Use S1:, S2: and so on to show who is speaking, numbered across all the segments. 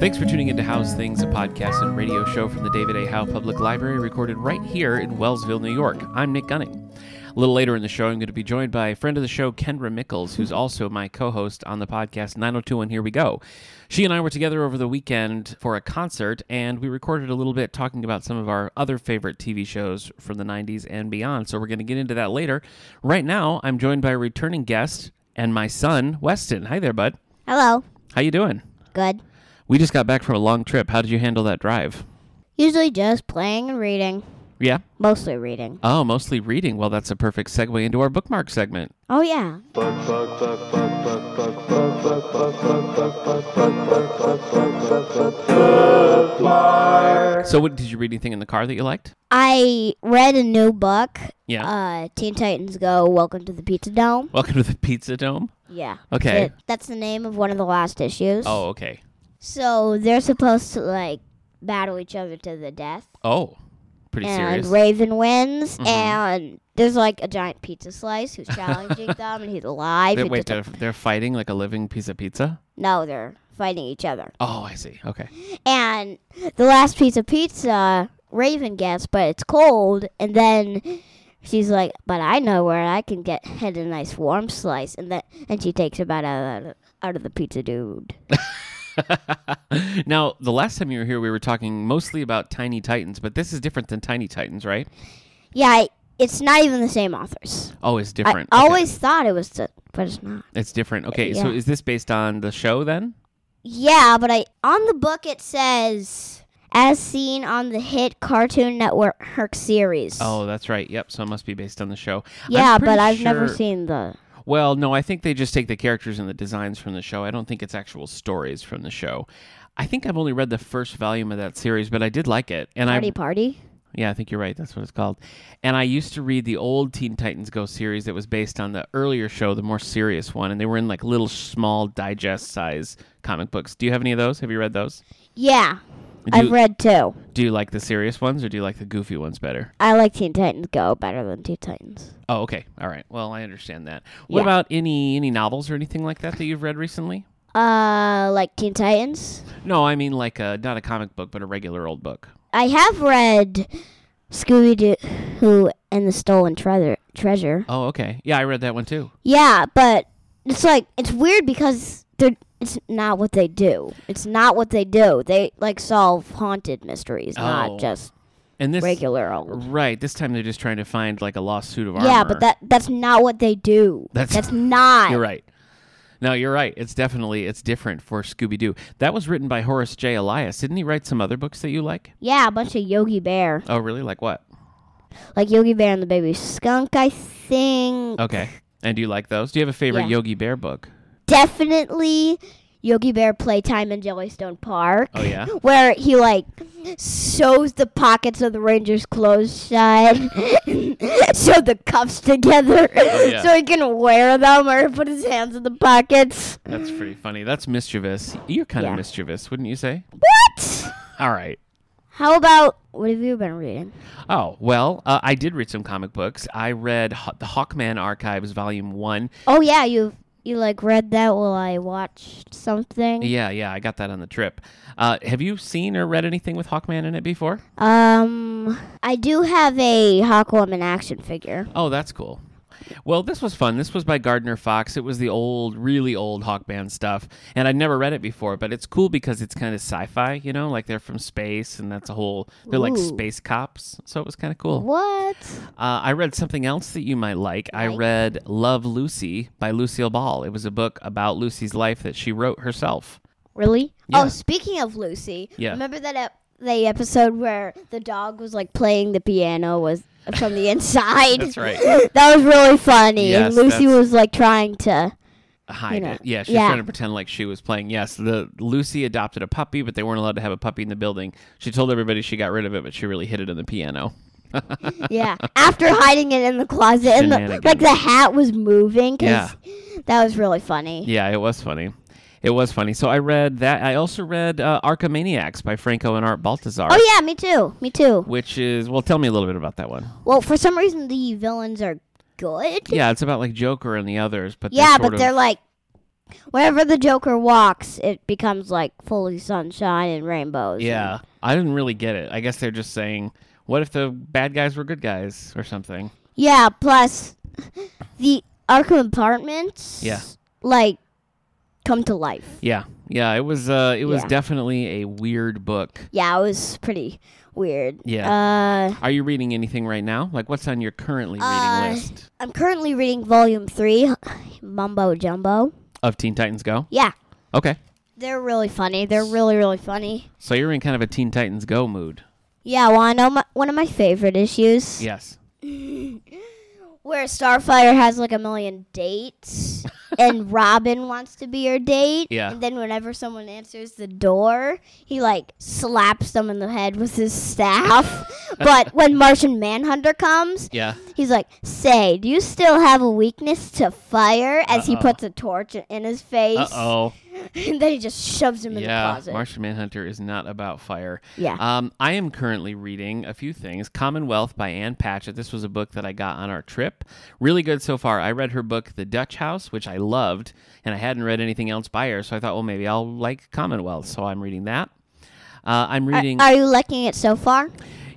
S1: Thanks for tuning into How's Things, a podcast and radio show from the David A. Howe Public Library, recorded right here in Wellsville, New York. I'm Nick Gunning. A little later in the show, I'm going to be joined by a friend of the show, Kendra Mickles, who's also my co host on the podcast 902 and Here We Go. She and I were together over the weekend for a concert, and we recorded a little bit talking about some of our other favorite TV shows from the 90s and beyond. So we're going to get into that later. Right now, I'm joined by a returning guest and my son, Weston. Hi there, bud.
S2: Hello.
S1: How you doing?
S2: Good.
S1: We just got back from a long trip. How did you handle that drive?
S2: Usually just playing and reading.
S1: Yeah.
S2: Mostly reading.
S1: Oh, mostly reading. Well, that's a perfect segue into our bookmark segment.
S2: Oh, yeah.
S1: So, what did you read anything in the car that you
S2: Uh,
S1: liked?
S2: I read a new book.
S1: Yeah.
S2: Uh, Teen Titans Go Welcome to the Pizza Dome.
S1: Welcome to the Pizza Dome.
S2: Yeah.
S1: Okay.
S2: It- that's the name of one of the last issues.
S1: Oh, okay.
S2: So they're supposed to, like, battle each other to the death.
S1: Oh, pretty
S2: And
S1: serious.
S2: Raven wins,
S1: Mhm.
S2: and there's, like, a giant pizza slice who's challenging them, and he's alive.
S1: They-
S2: and
S1: wait,
S2: just-
S1: they're, they're fighting like a living piece of pizza?
S2: no, they're fighting each other.
S1: Oh, I see. Okay.
S2: And the last piece of pizza, Raven gets, but it's cold. And then she's like, "But I know where I can get head a nice warm slice." And that, and she takes a bite out of, out of the pizza dude.
S1: now, the last time you were here, we were talking mostly about Tiny Titans, but this is different than Tiny Titans, right?
S2: Yeah, it, it's not even the same authors.
S1: Oh, it's different.
S2: I
S1: Okay.
S2: always thought it was, the, but it's not.
S1: It's different. Okay, so
S2: Yeah.
S1: is this based on the show then?
S2: Yeah, but I on the book it says. As seen on the hit Cartoon Network series.
S1: Oh, that's right. Yep. So it must be based on the show. I'm
S2: yeah, but
S1: pretty
S2: I've never
S1: sure-
S2: seen the.
S1: Well, no, I think they just take the characters and the designs from the show. I don't think it's actual stories from the show. I think I've only read the first volume of that series, but I did like it. And
S2: Party
S1: I
S2: Party?
S1: Yeah, I think you're right. That's what it's called. And I used to read the old Teen Titans Go series that was based on the earlier show, the more serious one, and they were in like little small digest size comic books. Do you have any of those? Have you read those?
S2: Yeah,
S1: Do
S2: I've
S1: you,
S2: read two.
S1: do you like the serious ones or do you like the goofy ones better?
S2: I like Teen Titans Go better than Teen Titans.
S1: Oh, okay. All right. Well, I understand that. What
S2: Yeah.
S1: about any any novels or anything like that that you've read recently?
S2: Uh, like Teen Titans.
S1: No, I mean like a, not a comic book, but a regular old book.
S2: I have read Scooby Doo and the Stolen Treasure. Treasure.
S1: Oh, okay. Yeah, I read that one too.
S2: Yeah, but it's like it's weird because they're it's not what they do. It's not what they do. They like solve haunted mysteries,
S1: Oh.
S2: not just
S1: And this
S2: regular old.
S1: right this time they're just trying to find like a lost suit of armor.
S2: Yeah, but that that's not what they do.
S1: That's-
S2: that's not.
S1: you're right. No, you're right. It's definitely it's different for Scooby Doo. That was written by Horace J. Elias. Didn't he write some other books that you like?
S2: Yeah, a bunch of Yogi Bear,
S1: Oh, really? Like what?
S2: like Yogi Bear and the Baby Skunk. I think.
S1: Okay. And do you like those? Do you have a favorite
S2: Yeah.
S1: Yogi Bear book?
S2: definitely Yogi Bear playtime in Jellystone Park.
S1: Oh yeah.
S2: Where he like sews the pockets of the Rangers' clothes shut, sew the cuffs together
S1: Oh, yeah.
S2: so he can wear them or put his hands in the pockets.
S1: That's pretty funny. That's mischievous. You're kind
S2: Yeah.
S1: of mischievous, wouldn't you say?
S2: What?
S1: All right.
S2: How about what have you been reading?
S1: Oh, well, uh, I did read some comic books. I read Haw- The Hawkman Archives, Volume 1.
S2: Oh yeah, you you like read that while I watched something.
S1: Yeah, yeah, I got that on the trip. Uh, have you seen or read anything with Hawkman in it before?
S2: Um, I do have a Hawkwoman action figure.
S1: Oh, that's cool. Well, this was fun. This was by Gardner Fox. It was the old, really old Hawkman stuff, and I'd never read it before. But it's cool because it's kind of sci-fi, you know, like they're from space, and that's a whole. They're like
S2: Ooh.
S1: space cops, so it was kind of cool.
S2: What?
S1: Uh, I read something else that you might like. I
S2: Like?
S1: read Love Lucy by Lucille Ball. It was a book about Lucy's life that she wrote herself.
S2: Really?
S1: Yeah.
S2: Oh, speaking of Lucy,
S1: Yeah.
S2: remember that ep- the episode where the dog was like playing the piano was from the inside.
S1: That's right.
S2: that was really funny.
S1: Yes,
S2: and Lucy
S1: that's-
S2: was like trying to.
S1: Hide
S2: know,
S1: it. Yeah, she's
S2: yeah.
S1: trying to pretend like she was playing. Yes, the Lucy adopted a puppy, but they weren't allowed to have a puppy in the building. She told everybody she got rid of it, but she really hid it in the piano.
S2: Yeah, after hiding it in the closet and the,
S1: Shenanigans.
S2: like the hat was moving. 'cause
S1: Yeah.
S2: that was really funny.
S1: Yeah, it was funny. It was funny. So I read that. I also read uh, Archimaniacs by Franco and Art Baltazar,
S2: Oh yeah, me too. Me too.
S1: which is well. Tell me a little bit about that one.
S2: Well, for some reason the villains are good.
S1: Yeah, it's about like Joker and the others, but they're
S2: Yeah, but
S1: sort of-
S2: they're like, wherever the Joker walks, it becomes like fully sunshine and rainbows. and-
S1: yeah. I didn't really get it. I guess they're just saying, what if the bad guys were good guys or something?
S2: yeah. Plus, the Arkham apartments.
S1: Yeah.
S2: Like, come to life.
S1: Yeah, yeah. It was uh, it was
S2: Yeah.
S1: definitely a weird book.
S2: Yeah, it was pretty weird.
S1: Yeah.
S2: Uh,
S1: Are you reading anything right now? Like, what's on your currently reading
S2: Uh,
S1: list
S2: I'm currently reading Volume Three, Mumbo Jumbo.
S1: of Teen Titans Go?
S2: Yeah,
S1: Okay,
S2: they're really funny. They're really really funny.
S1: so you're in kind of a Teen Titans Go mood.
S2: Yeah, well, I know my, one of my favorite issues
S1: Yes.
S2: where Starfire has like a million dates, and Robin wants to be her date.
S1: Yeah.
S2: And then whenever someone answers the door, he like slaps them in the head with his staff. but when Martian Manhunter comes,
S1: Yeah.
S2: He's like, "Say, do you still have a weakness to fire?" As he
S1: Uh-oh.
S2: puts a torch in his face,
S1: Uh oh.
S2: and then he just shoves him in the
S1: Yeah.
S2: closet.
S1: Martian Manhunter is not about fire.
S2: yeah,
S1: Um, I am currently reading a few things. Commonwealth by Ann Patchett. This was a book that I got on our trip. Really good so far. I read her book, The Dutch House, which I loved, and I hadn't read anything else by her, so I thought, well, maybe I'll like Commonwealth. So I'm reading that. Uh, I'm
S2: are,
S1: reading.
S2: are you liking it so far?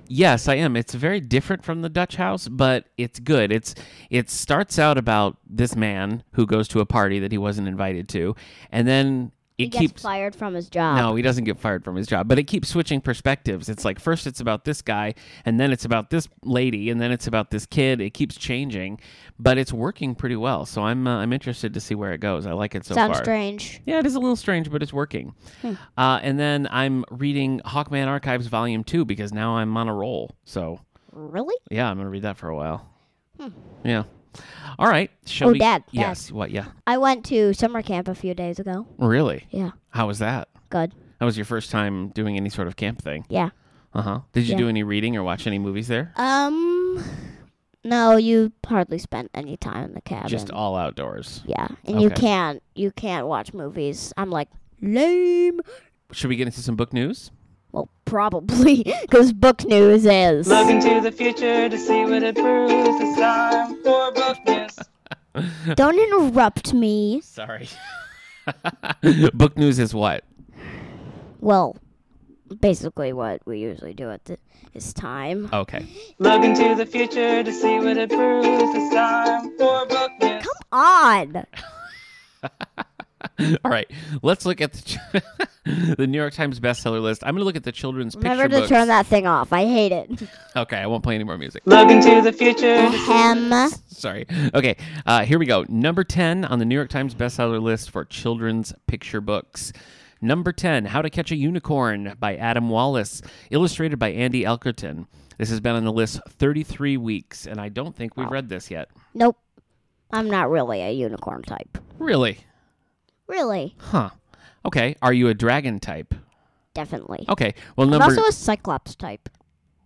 S1: Yes, I am. It's very different from the Dutch House, but it's good. It's it starts out about this man who goes to a party that he wasn't invited to, and then it
S2: He
S1: keeps
S2: gets fired from his job.
S1: no, he doesn't get fired from his job, but it keeps switching perspectives. It's like first it's about this guy, and then it's about this lady, and then it's about this kid. It keeps changing, but it's working pretty well. So I'm uh, I'm interested to see where it goes. I like it so
S2: Sounds Hmm.
S1: far.
S2: strange.
S1: Yeah, it is a little strange, but it's working. Uh, and then I'm reading Hawkman Archives Volume Two because now I'm on a roll. So
S2: Really?
S1: yeah, I'm gonna read that for a while. Yeah. All right. Shall
S2: Hmm. Oh,
S1: we?
S2: Dad, Dad.
S1: Yes. What? Yeah.
S2: I went to summer camp a few days ago.
S1: Really?
S2: Yeah,
S1: How was that?
S2: good.
S1: That was your first time doing any sort of camp thing.
S2: Yeah.
S1: Uh huh. Did you
S2: Yeah.
S1: do any reading or watch any movies there?
S2: Um, no, you hardly spent any time in the cabin.
S1: Just all outdoors.
S2: yeah, and you
S1: Okay.
S2: can't you can't watch movies. I'm like lame.
S1: Should we get into some book news?
S2: Well, probably because book news is.
S3: Looking to the future to see what it proves. It's time for book news.
S2: Don't interrupt me.
S1: Sorry. book news is what?
S2: Well, basically what we usually do at th- this time.
S1: Okay.
S3: Looking to the future to see what it proves. It's time for book news.
S2: Come on.
S1: All right. Let's look at the ch- the New York Times bestseller list. I'm going to look at the children's
S2: Remember
S1: picture
S2: to
S1: books.
S2: turn that thing off. I hate it.
S1: Okay, I won't play any more music.
S3: Looking to the future. to-
S2: Ahem.
S1: Sorry. Okay, uh, here we go. Number 10 on the New York Times bestseller list for children's picture books. Number 10, How to Catch a Unicorn by Adam Wallace, illustrated by Andy Elkerton. This has been on the list 33 weeks, and I don't think we've read this yet.
S2: Nope. I'm not really a unicorn type.
S1: Really?
S2: Really?
S1: Huh. Okay, are you a dragon type?
S2: Definitely.
S1: Okay, well,
S2: I'm
S1: Oh, number.
S2: also a cyclops type.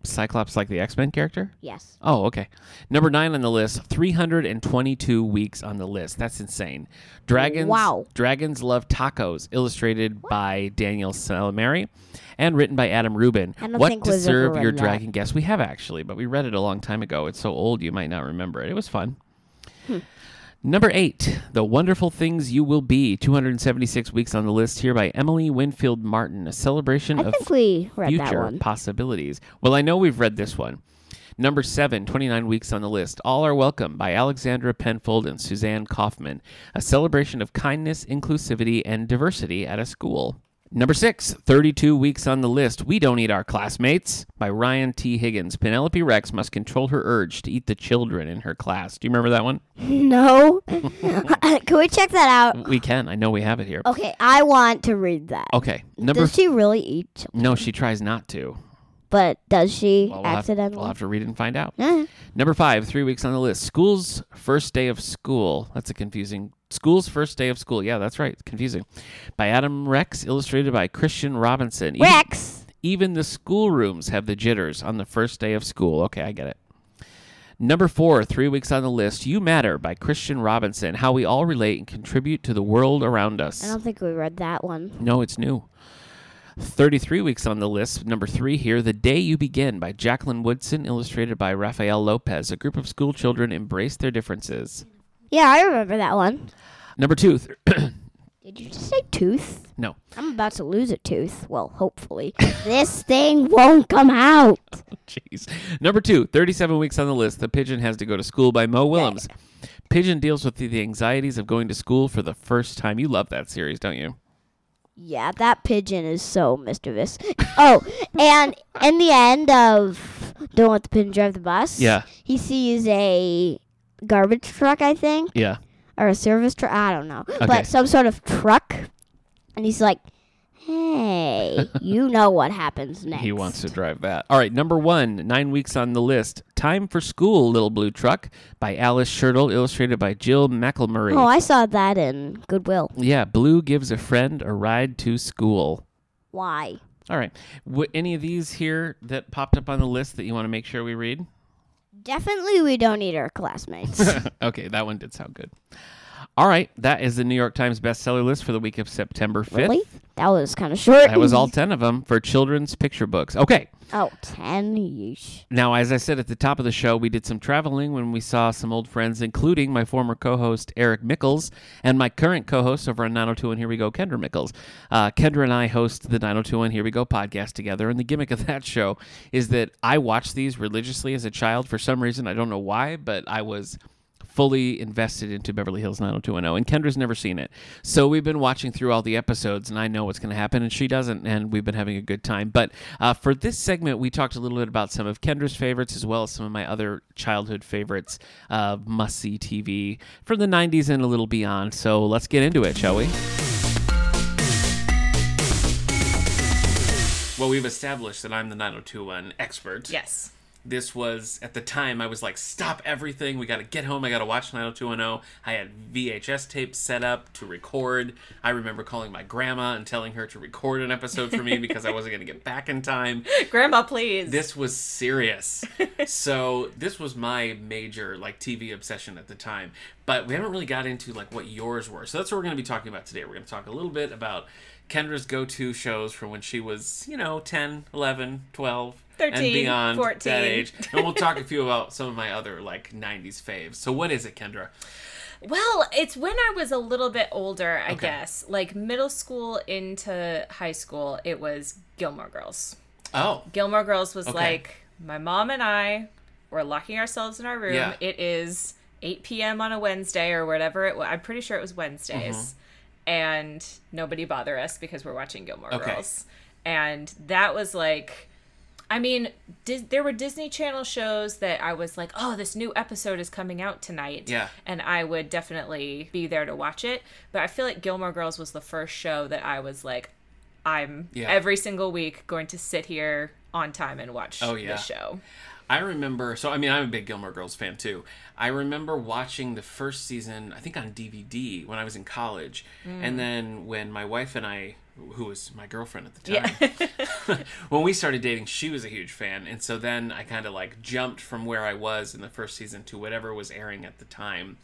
S1: Cyclops like the X Men character?
S2: Yes.
S1: Oh, okay. Number nine on the list. Three hundred and twenty-two weeks on the list. That's insane. Dragons.
S2: Wow.
S1: Dragons love tacos. Illustrated by Daniel Salamari, and written by Adam Rubin.
S2: I don't
S1: what
S2: think
S1: to
S2: we've
S1: serve
S2: ever
S1: your
S2: read that.
S1: dragon guest? We have actually, but we read it a long time ago. It's so old you might not remember it. It was fun.
S2: Hmm.
S1: Number eight, The Wonderful Things You Will Be, 276 weeks on the list here by Emily Winfield Martin, a celebration
S2: I
S1: of
S2: think we read that
S1: future
S2: one.
S1: possibilities. Well, I know we've read this one. Number seven, 29 weeks on the list. All Are Welcome by Alexandra Penfold and Suzanne Kaufman, a celebration of kindness, inclusivity, and diversity at a school. Number six, 32 weeks on the list. We Don't Eat Our Classmates by Ryan T. Higgins. Penelope Rex must control her urge to eat the children in her class. Do you remember that one?
S2: No. Can we check that out?
S1: We can. I know we have it here.
S2: Okay, I want to read that.
S1: Okay. Oh, Number.
S2: Does she really eat? chil-
S1: no, she tries not to.
S2: But does she
S1: Well, we'll have-
S2: accidentally?
S1: we'll have to read it and find out.
S2: Eh.
S1: Number five, three weeks on the list. School's first day of school. That's a confusing. School's first day of school. Yeah, that's right. Confusing. By Adam Rex, illustrated by Christian Robinson. Even-
S2: Rex.
S1: Even, the schoolrooms have the jitters on the first day of school. Okay, I get it. Number four, three weeks on the list. You Matter by Christian Robinson. How we all relate and contribute to the world around us.
S2: I don't think we read that one.
S1: No, it's new. 33 weeks on the list, number three here, The Day You Begin by Jacqueline Woodson, illustrated by Rafael Lopez. A group of school children embrace their differences.
S2: Yeah, I remember that one.
S1: Number two, th-
S2: Did you just say tooth?
S1: no.
S2: I'm about to lose a tooth. Well, hopefully. this thing won't come out.
S1: Jeez. Number two, 37 weeks on the list, The Pigeon Has to Go to School by Mo Willems. Pigeon deals with the- the anxieties of going to school for the first time. You love that series, don't you?
S2: Yeah, that pigeon is so mischievous. oh, and in the end of Don't Let the Pigeon Drive the Bus,
S1: Yeah.
S2: he sees a garbage truck, I think,
S1: Yeah.
S2: or a service truck. I don't know.
S1: Okay.
S2: But some sort of truck. And he's like, hey, you know what happens next.
S1: He wants to drive that. All right, number one, nine weeks on the list. Time for School, Little Blue Truck by Alice Shirtle, illustrated by Jill McElmurray.
S2: Oh, I saw that in Goodwill.
S1: yeah, Blue gives a friend a ride to school.
S2: Why?
S1: All right. W- any of these here that popped up on the list that you want to make sure we read?
S2: Definitely we don't need our classmates.
S1: okay, that one did sound good. All right, that is the New York Times bestseller list for the week of September 5th.
S2: really? That was kind of short.
S1: That was all 10 of them for children's picture books. Okay.
S2: Oh, 10 yeesh.
S1: Now, as I said at the top of the show, we did some traveling when we saw some old friends, including my former co host, Eric Mickles, and my current co host over on 902 and Here We Go, Kendra Mickles. Uh, Kendra and I host the 902 and Here We Go podcast together. And the gimmick of that show is that I watched these religiously as a child for some reason. I don't know why, but I was fully invested into Beverly Hills 90210 and Kendra's never seen it. So we've been watching through all the episodes and I know what's going to happen and she doesn't and we've been having a good time. But uh, for this segment we talked a little bit about some of Kendra's favorites as well as some of my other childhood favorites uh, must-see TV from the 90s and a little beyond. So let's get into it, shall we? Well, we've established that I'm the 90210 expert
S4: Yes.
S1: this was at the time I was like, stop everything. We got to get home. I got to watch 90210. I had VHS tapes set up to record. I remember calling my grandma and telling her to record an episode for me because I wasn't going to get back in time.
S4: Grandma, please.
S1: This was serious. so this was my major like TV obsession at the time. But we haven't really got into like what yours were. So that's what we're going to be talking about today. We're going to talk a little bit about Kendra's go-to shows from when she was, you know, 10, 11, 12,
S4: 13,
S1: and beyond
S4: 14.
S1: that age. And we'll talk a few about some of my other like 90s faves. So what is it, Kendra?
S4: Well, it's when I was a little bit older, I guess. Like middle school into high school, it was Gilmore Girls.
S1: Oh,
S4: Gilmore Girls was
S1: Okay.
S4: like my mom and I were locking ourselves in our room.
S1: Yeah.
S4: It is 8 p.m. on a Wednesday or whatever it was. I'm pretty sure it was Wednesdays.
S1: Mm-hmm.
S4: And nobody bother us because we're watching Gilmore
S1: Okay.
S4: Girls. And that was like I mean, dis- there were Disney Channel shows that I was like, "Oh, this new episode is coming out tonight."
S1: Yeah.
S4: And I would definitely be there to watch it, but I feel like Gilmore Girls was the first show that I was like, I'm
S1: Yeah.
S4: every single week going to sit here on time and watch
S1: Oh, yeah.
S4: this show.
S1: I remember. So I mean, I'm a big Gilmore Girls fan too. I remember watching the first season, I think on DVD when I was in college,
S4: Mm.
S1: and then when my wife and I, who was my girlfriend at the time, when we started dating, she was a huge fan, and so then I kind of like jumped from where I was in the first season to whatever was airing at the time.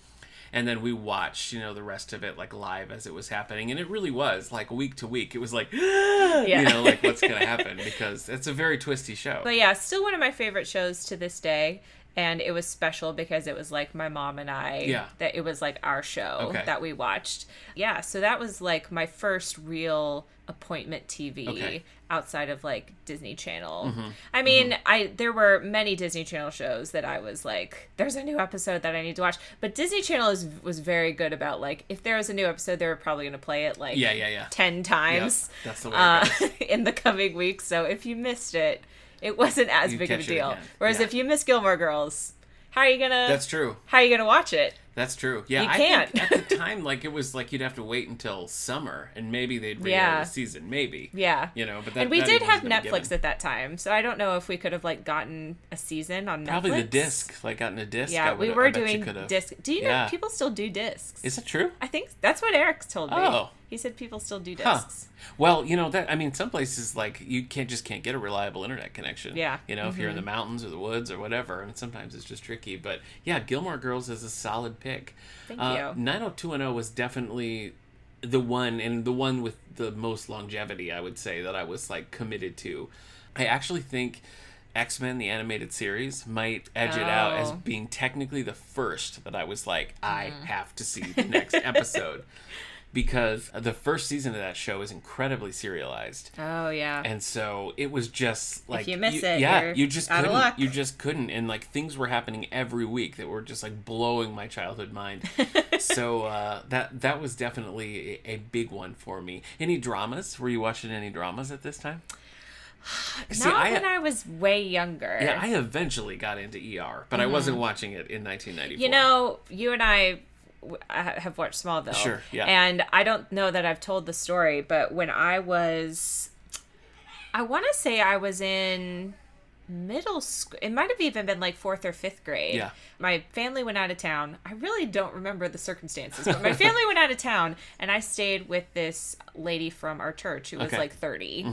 S1: And then we watched, you know, the rest of it like live as it was happening, and it really was like week to week. It was like,
S4: Yeah.
S1: you know, like what's gonna happen because it's a very twisty show.
S4: But yeah, still one of my favorite shows to this day. And it was special because it was like my mom and I.
S1: Yeah.
S4: That it was like our show
S1: Okay.
S4: that we watched. Yeah. So that was like my first real appointment TV
S1: Okay. Mm-hmm.
S4: outside of like Disney Channel. I mean, I there were many Disney Channel shows that I was like, there's a new episode that I need to watch. But Disney Channel is, was very good about like if there was a new episode, they were probably going to play it like
S1: Yeah, yeah, yeah.
S4: ten times
S1: Yep, that's the way it
S4: uh,
S1: goes.
S4: in the coming weeks. So if you missed it, it wasn't as
S1: You
S4: big of a
S1: catch it
S4: deal.
S1: again.
S4: Whereas
S1: Yeah.
S4: if you miss Gilmore Girls, how are you gonna?
S1: That's true.
S4: How are you gonna watch it?
S1: That's true. Yeah,
S4: You
S1: I
S4: can't.
S1: think at the time, like it was like you'd have to wait until summer, and maybe they'd re
S4: Yeah.
S1: the season, maybe.
S4: Yeah.
S1: You know, but that,
S4: and we
S1: that
S4: did
S1: even
S4: have
S1: wasn't a
S4: Netflix
S1: given.
S4: at that time, so I don't know if we could have like gotten a season on Netflix.
S1: Probably the disc, like gotten a disc. I
S4: Yeah, we
S1: would-
S4: were
S1: I bet you
S4: doing
S1: could've.
S4: disc. Do you know
S1: Yeah.
S4: people still do discs?
S1: Is it true?
S4: I think that's what Eric told me.
S1: Oh.
S4: He said people still do
S1: Huh.
S4: discs.
S1: Well, you know that I mean, some places like you can't just can't get a reliable internet connection.
S4: Yeah. Mm-hmm.
S1: You know, if you're in the mountains or the woods or whatever, and sometimes it's just tricky. But yeah, Gilmore Girls is a solid pick.
S4: Thank
S1: Uh,
S4: you.
S1: 90210 was definitely the one and the one with the most longevity, I would say that I was like committed to. I actually think X Men the animated series might edge it out as
S4: Oh.
S1: being technically the first that I was like, I have to see the next episode. Because the first season of that show is incredibly serialized
S4: Oh yeah.
S1: and so it was just like
S4: you miss it,
S1: yeah,
S4: you're
S1: you just
S4: out of
S1: couldn't,
S4: luck.
S1: you just couldn't, and like things were happening every week that were just like blowing my childhood mind. so uh, that that was definitely a, a big one for me. Any dramas? Were you watching any dramas at this time? See,
S4: Not
S1: I-
S4: when I was way younger.
S1: Yeah, I eventually got into ER, but I wasn't watching it in 1994.
S4: Mm-hmm. You know, you and I w- I ha- have watched Smallville.
S1: Sure, yeah.
S4: And I don't know that I've told the story, but when I was, I want to say I was in middle school. It might have even been like fourth or fifth grade.
S1: Yeah.
S4: My family went out of town. I really don't remember the circumstances, but my family went out of town, and I stayed with this lady from our church who was
S1: Okay. Mm-hmm.
S4: like 30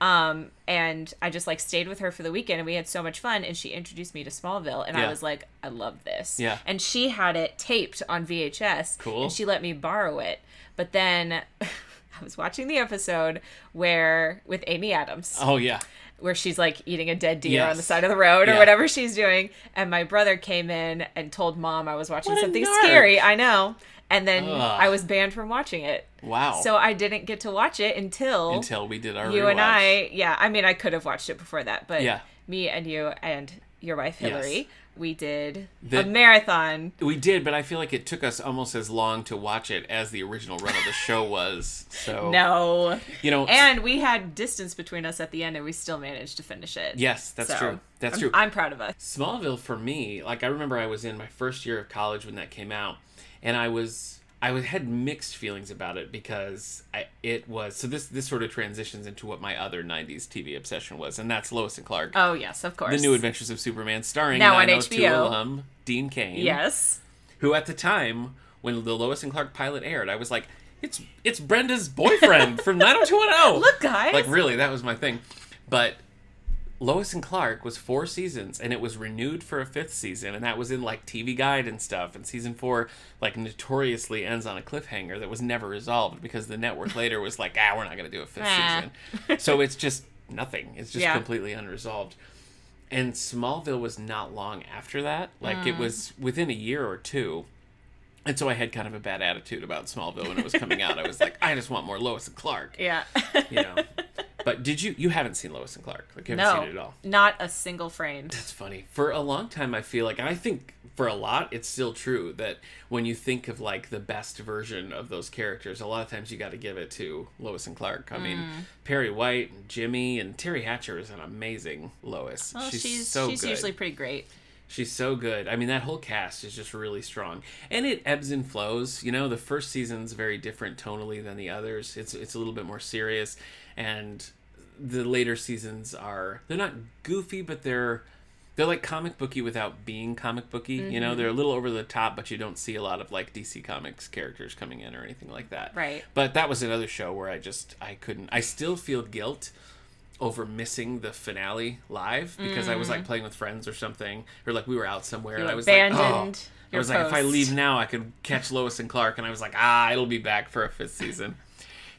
S4: Um, and I just like stayed with her for the weekend and we had so much fun and she introduced me to Smallville and
S1: Yeah.
S4: I was like, I love this.
S1: Yeah.
S4: And she had it taped on VHS.
S1: Cool.
S4: And she let me borrow it. But then I was watching the episode where with Amy Adams,
S1: oh yeah,
S4: where she's like eating a dead deer on the
S1: Yes.
S4: side of the road or
S1: Yeah.
S4: whatever she's doing. And my brother came in and told mom I was watching
S1: What a
S4: something
S1: narc.
S4: scary. I know. And then
S1: Ugh.
S4: I was banned from watching it.
S1: wow.
S4: So I didn't get to watch it
S1: until we did our
S4: you
S1: rewatch.
S4: and I, yeah. I mean, I could have watched it before that, but
S1: Yeah.
S4: me and you and your wife
S1: Yes.
S4: Hillary, we did
S1: The-
S4: a marathon.
S1: we did, but I feel like it took us almost as long to watch it as the original run of the show was. So
S4: No,
S1: Oh. you know,
S4: and we had distance between us at the end, and we still managed to finish it.
S1: Yes, that's
S4: So,
S1: true. That's
S4: I'm-
S1: true.
S4: I'm proud of us.
S1: Smallville for me, like I remember I was in my first year of college when that came out, and I was I was had mixed feelings about it because I it was so this this sort of transitions into what my other '90s TV obsession was, and that's Lois and Clark,
S4: Oh yes, of course.
S1: the New Adventures of Superman, starring
S4: Now on
S1: 902
S4: HBO.
S1: alum Dean Kane,
S4: Yes,
S1: who at the time when the Lois and Clark pilot aired, I was like, it's it's Brenda's boyfriend from 90210.
S4: Look, guys.
S1: like really, that was my thing. But Lois and Clark was four seasons, and it was renewed for a fifth season, and that was in like TV Guide and stuff. And season four, like notoriously, ends on a cliffhanger that was never resolved because the network later was like, ah, we're not gonna do a fifth
S4: Nah.
S1: season. So it's just nothing. It's just
S4: Yeah.
S1: completely unresolved. And Smallville was not long after that. Like
S4: Mm.
S1: it was within a year or two. And so I had kind of a bad attitude about Smallville when it was coming out. I was like, I just want more Lois and Clark.
S4: yeah.
S1: You know. But did you you haven't seen Lois and Clark? Like you haven't
S4: no,
S1: seen it at all.
S4: not a single frame.
S1: That's funny. For a long time I feel like and I think for a lot it's still true that when you think of like the best version of those characters, a lot of times you gotta give it to Lois and Clark. I
S4: Mm.
S1: mean Perry White and Jimmy and Terry Hatcher is an amazing Lois.
S4: Well,
S1: she's,
S4: she's Oh, she's,
S1: so good.
S4: usually pretty great.
S1: She's so good. I mean, that whole cast is just really strong, and it ebbs and flows. You know, the first season's very different tonally than the others. It's it's a little bit more serious, and the later seasons are they're not goofy, but they're they're like comic booky without being comic booky. You know, they're a little over the top, but you don't see a lot of like DC Comics characters coming in or anything like that.
S4: Right.
S1: But that was another show where I just I couldn't. I still feel guilt over missing the finale live because I was
S4: Mm.
S1: like playing with friends or something, or like we were out somewhere and I was like,
S4: abandoned
S1: oh. I
S4: your
S1: was like, if I
S4: post.
S1: leave now, I could catch Lois and Clark, and I was like, ah, it'll be back for a fifth season.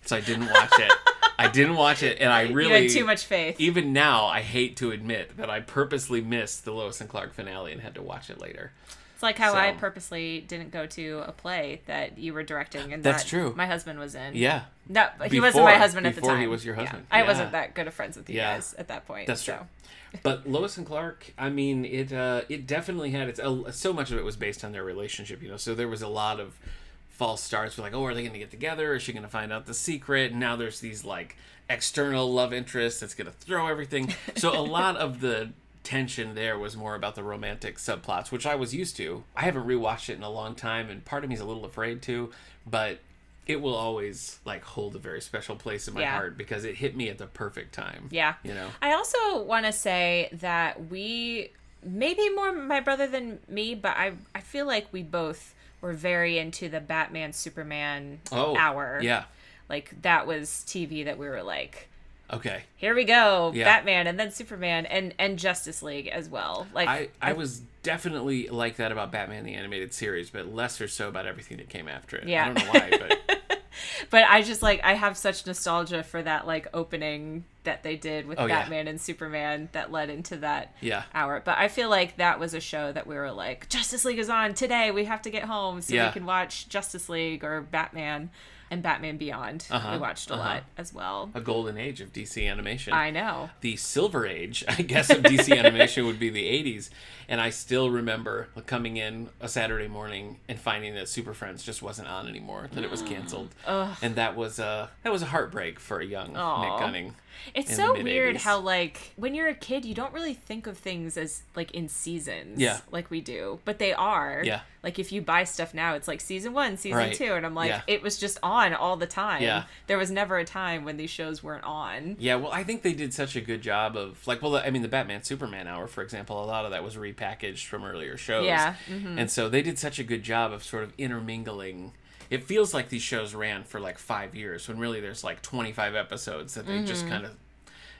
S1: So I didn't watch it. I didn't watch it, and I really
S4: you had too much faith.
S1: Even now, I hate to admit that I purposely missed the Lois and Clark finale and had to watch it later.
S4: It's like how
S1: So-
S4: I purposely didn't go to a play that you were directing, and
S1: That's
S4: that
S1: true.
S4: My husband was in.
S1: Yeah,
S4: No, he wasn't my
S1: Before-
S4: husband at the time.
S1: before he was your
S4: Yeah.
S1: husband.
S4: I
S1: Yeah.
S4: wasn't that good of friends with you
S1: Yeah.
S4: guys at that point.
S1: That's true.
S4: so.
S1: but Lois and Clark, I mean, it uh, it definitely had its. Uh, so much of it was based on their relationship, you know. So there was a lot of false starts. We're like, oh, are they going to get together? Is she going to find out the secret? And now there's these like external love interests that's going to throw everything. So a lot of the tension there was more about the romantic subplots, which I was used to. I haven't rewatched it in a long time, and part of me's a little afraid to, but. It will always like hold a very special place in my
S4: Yeah.
S1: heart because it hit me at the perfect time.
S4: Yeah.
S1: you know.
S4: I also want to say that we, maybe more my brother than me, but I, I feel like we both were very into the Batman Superman
S1: Oh,
S4: hour.
S1: Yeah.
S4: Like that was TV that we were like,
S1: Okay.
S4: here we go,
S1: Yeah.
S4: Batman, and then Superman, and and Justice League as well. Like
S1: I, I was definitely like that about Batman the animated series, but less or so about everything that came after it. I
S4: Yeah.
S1: don't know why, but
S4: but I just like I have such nostalgia for that like opening that they did with
S1: Oh, yeah.
S4: Batman and Superman that led into that
S1: Yeah.
S4: hour. But I feel like that was a show that we were like Justice League is on today. We have to get home so
S1: Yeah.
S4: we can watch Justice League or Batman and Batman Beyond.
S1: Uh-huh,
S4: We watched a
S1: uh-huh.
S4: lot as well.
S1: A golden age of DC animation.
S4: I know.
S1: the silver age, I guess, of DC animation would be the 80s. And I still remember coming in a Saturday morning and finding that Super Friends just wasn't on anymore, that it was canceled. And that was a that was a heartbreak for a young
S4: Aw.
S1: Nick Gunning.
S4: It's
S1: in
S4: so
S1: the
S4: weird
S1: mid-80s.
S4: how like when you're a kid you don't really think of things as like in seasons
S1: Yeah.
S4: like we do, but they are.
S1: Yeah.
S4: Like if you buy stuff now it's like season 1, season
S1: Right.
S4: 2 and I'm like
S1: Yeah.
S4: it was just on all the time.
S1: Yeah.
S4: There was never a time when these shows weren't on.
S1: Yeah, well, I think they did such a good job of like, well, I mean, the Batman Superman hour, for example, a lot of that was repackaged from earlier shows.
S4: Yeah, mm-hmm.
S1: and so they did such a good job of sort of intermingling. It feels like these shows ran for like five years, when really there's like 25 episodes that they just
S4: Mm-hmm.
S1: kind of,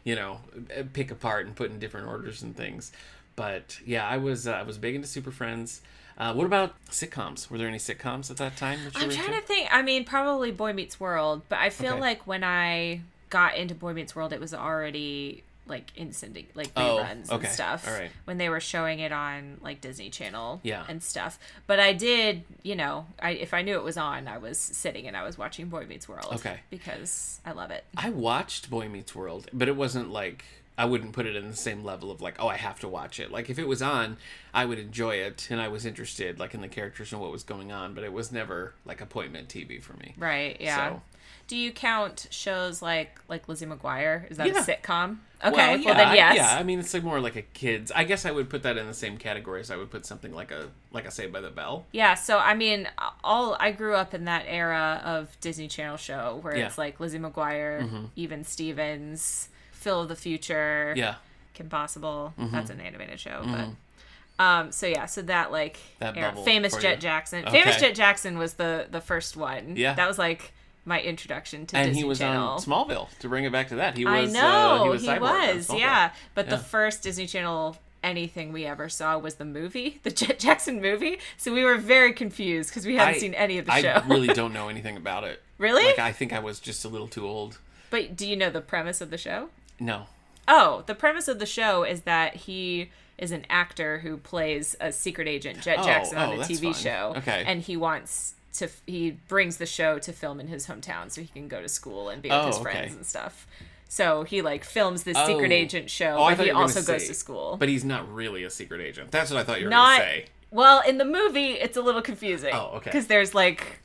S1: you know, uh, pick apart and put in different orders and things. But yeah, I was uh, I was big into Super Friends. Uh, what about sitcoms? Were there any sitcoms at that time that you
S4: I'm
S1: were
S4: trying
S1: into?
S4: to think. I mean, probably Boy Meets World, but I feel
S1: Okay.
S4: like when I got into Boy Meets World, it was already like in syndic, like
S1: Oh,
S4: reruns
S1: okay.
S4: and stuff.
S1: All right.
S4: When they were showing it on like Disney Channel,
S1: Yeah.
S4: and stuff. But I did, you know, I if I knew it was on, I was sitting and I was watching Boy Meets World.
S1: Okay.
S4: because I love it.
S1: I watched Boy Meets World, but it wasn't like I wouldn't put it in the same level of like, oh, I have to watch it. Like if it was on, I would enjoy it and I was interested like in the characters and what was going on, but it was never like appointment TV for me.
S4: Right? Yeah.
S1: So-
S4: Do you count shows like like Lizzie McGuire? Is that
S1: Yeah.
S4: a sitcom? Okay.
S1: Well,
S4: Well,
S1: yeah,
S4: then
S1: I-
S4: yes.
S1: yeah, I mean it's like more like a kids. I guess I would put that in the same category as I would put something like a like a Saved by the Bell.
S4: Yeah, so I mean, all I grew up in that era of Disney Channel show where
S1: Yeah. Mm-hmm.
S4: it's like Lizzie McGuire, even Stevens, Phil of the Future,
S1: Yeah. Mm-hmm.
S4: Kim Possible. That's an animated show, but um, so yeah, so that like
S1: That
S4: era,
S1: bubble
S4: famous
S1: for
S4: Jet
S1: you.
S4: Jackson,
S1: Okay.
S4: famous Jet Jackson was the the first one.
S1: Yeah.
S4: that was like my introduction to
S1: And
S4: Disney
S1: he was um,
S4: Channel.
S1: on Smallville. To bring it back to that, he was.
S4: I know
S1: uh, he was. Cyborg on Smallville.
S4: yeah. But the
S1: Yeah.
S4: first Disney Channel anything we ever saw was the movie, the Jet Jackson movie. So we were very confused because we hadn't
S1: I-
S4: seen any of the
S1: I
S4: show.
S1: really don't know anything about it.
S4: Really?
S1: Like I think I was just a little too old.
S4: but do you know the premise of the show?
S1: No.
S4: Oh, the premise of the show is that he is an actor who plays a secret agent, Jet
S1: Oh,
S4: Jackson,
S1: oh,
S4: on a
S1: that's
S4: TV
S1: fun.
S4: show.
S1: Okay.
S4: And he wants to, he brings the show to film in his hometown so he can go to school and be with
S1: Oh,
S4: his
S1: okay.
S4: friends and stuff. So he like films this secret
S1: Oh.
S4: agent show,
S1: Oh, I
S4: but
S1: thought
S4: he
S1: you were gonna
S4: also goes
S1: say-
S4: to school.
S1: But he's not really a secret agent. That's what I thought you were
S4: not
S1: going to say.
S4: well in the movie it's a little confusing
S1: Oh, okay.
S4: because there's like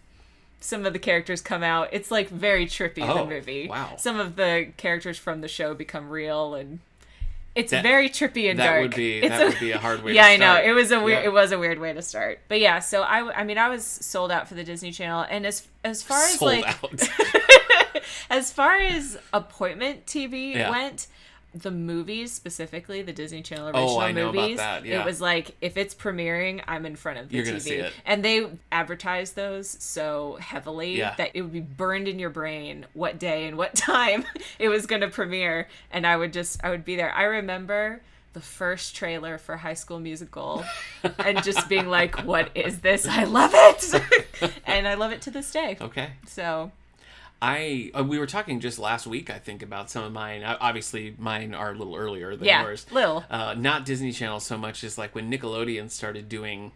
S4: some of the characters come out it's like very trippy
S1: Oh,
S4: the movie
S1: wow.
S4: some of the characters from the show become real and it's
S1: That-
S4: very trippy and
S1: that
S4: dark.
S1: would be-
S4: It's
S1: that would be a hard way to
S4: Yeah, I
S1: start.
S4: know it was a weird
S1: Yeah.
S4: it was a weird way to start. But yeah, so I w- I mean I was sold out for the Disney Channel, and as as far as
S1: Sold
S4: like
S1: out.
S4: as far as appointment TV
S1: Yeah.
S4: went, the movies specifically, the Disney Channel original
S1: Oh, I know about
S4: movies,
S1: that, yeah.
S4: it was like if it's premiering, I'm in front of the
S1: You're
S4: TV,
S1: gonna see it.
S4: and they advertised those so heavily
S1: Yeah.
S4: that it would be burned in your brain what day and what time it was going to premiere, and I would just I would be there. I remember. The first trailer for High School Musical, and just being like, "What is this? I love it," and I love it to this day.
S1: Okay.
S4: So
S1: I uh, we were talking just last week, I think, about some of mine. Uh, Obviously, mine are a little earlier than
S4: Yeah,
S1: yours.
S4: little.
S1: Uh, not Disney Channel so much as like when Nickelodeon started doing.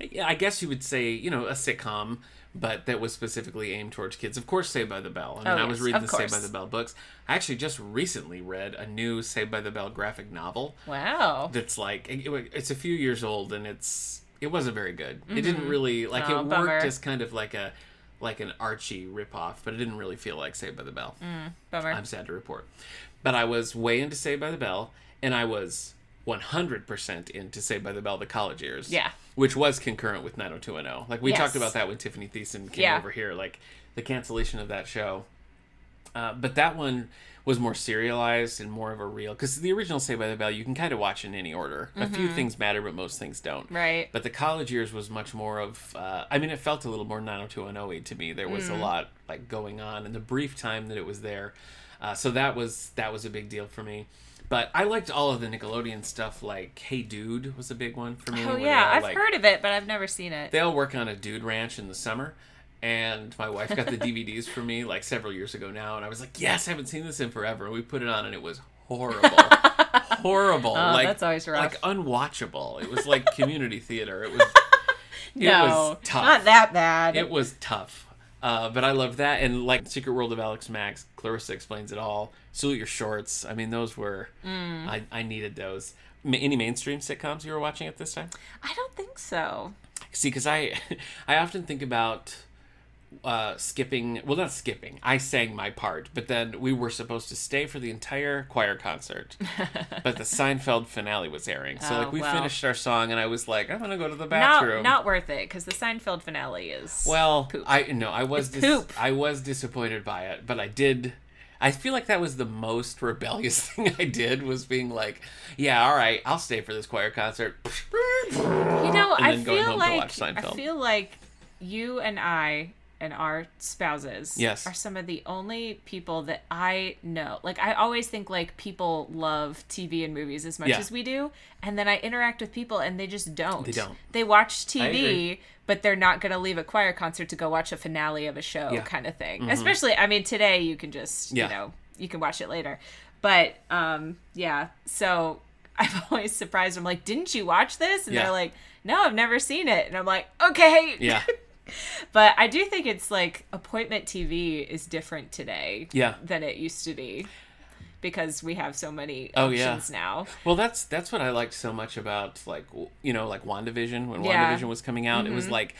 S1: yeah, I guess you would say you know a sitcom, but that was specifically aimed towards kids. Of course, Saved by the Bell. I mean,
S4: Oh,
S1: I was
S4: yes,
S1: reading the
S4: of
S1: Saved by
S4: course.
S1: the Bell books. I actually just recently read a new Saved by the Bell graphic novel.
S4: wow,
S1: that's like it, it- it's a few years old and it's it wasn't very good. It didn't really like
S4: Oh,
S1: it
S4: bummer.
S1: worked as kind of like a like an Archie ripoff, but it didn't really feel like Saved by the Bell.
S4: bummer.
S1: I'm sad to report, but I was way into Saved by the Bell, and I was 100% into Saved by the Bell the college years.
S4: Yeah.
S1: which was concurrent with 90210. Like we
S4: Yes.
S1: talked about that when Tiffany Thiessen came
S4: Yeah.
S1: over here. Like the cancellation of that show. Uh, but that one was more serialized and more of a real because the original Saved by the Bell you can kind of watch in any order. A few
S4: Mm-hmm.
S1: things matter, but most things don't.
S4: Right.
S1: But the college years was much more of. Uh, I mean, it felt a little more 90210 to me. There was a
S4: Mm.
S1: lot like going on in the brief time that it was there, uh, so that was that was a big deal for me. But I liked all of the Nickelodeon stuff. Like Hey Dude was a big one for me.
S4: Oh
S1: where they
S4: yeah,
S1: all,
S4: I've
S1: like-
S4: heard of it, but I've never seen it.
S1: they all work on a dude ranch in the summer and my wife got the DVDs for me like several years ago now, and I was like, "Yes, I haven't seen this in forever." And we put it on, and it was horrible, horrible.
S4: Oh,
S1: like
S4: that's always rough.
S1: like unwatchable. It was like community theater. It was it
S4: no,
S1: was tough.
S4: not that bad.
S1: It was tough. Uh, but I love that. And like Secret World of Alex Max, Clarissa explains it all. Salute Your Shorts. I mean, those were,
S4: Mm.
S1: I, I needed those. Ma- Any mainstream sitcoms you were watching at this time?
S4: I don't think so.
S1: See, because I, I often think about uh, skipping. Well, not skipping. I sang my part, but then we were supposed to stay for the entire choir concert. but the Seinfeld finale was airing, so
S4: Oh,
S1: like we
S4: wow.
S1: finished our song, and I was like, I'm gonna go to the
S4: Not,
S1: bathroom.
S4: not worth it because the Seinfeld finale is
S1: Well,
S4: poop.
S1: I no, I was
S4: It's
S1: dis-
S4: poop.
S1: I was disappointed by it, but I did. I feel like that was the most rebellious thing I did was being like, "Yeah, all right, I'll stay for this choir concert."
S4: You know,
S1: and
S4: I
S1: then going
S4: feel
S1: home to
S4: like
S1: watch
S4: I
S1: Seinfeld.
S4: feel like you and I and our spouses
S1: Yes.
S4: are some of the only people that I know. Like I always think like people love TV and movies as much
S1: Yeah.
S4: as we do, and then I interact with people and they just don't.
S1: They don't.
S4: They watch TV,
S1: agree.
S4: but they're not going to leave a choir concert to go watch a finale of a show
S1: Yeah. Mm-hmm.
S4: kind of thing. Especially, I mean, today you can just,
S1: Yeah.
S4: you know, you can watch it later. But um yeah, so I'm always surprised. I'm like, "Didn't you watch this?" And
S1: Yeah.
S4: they're like, "No, I've never seen it." And I'm like, "Okay."
S1: yeah,
S4: But I do think it's like appointment TV is different today
S1: Yeah.
S4: than it used to be because we have so many
S1: Oh, yeah.
S4: options now.
S1: Well, that's that's what I liked so much about like w- you know like Wandavision when
S4: Yeah. Mm-hmm.
S1: Wandavision was coming out. It was like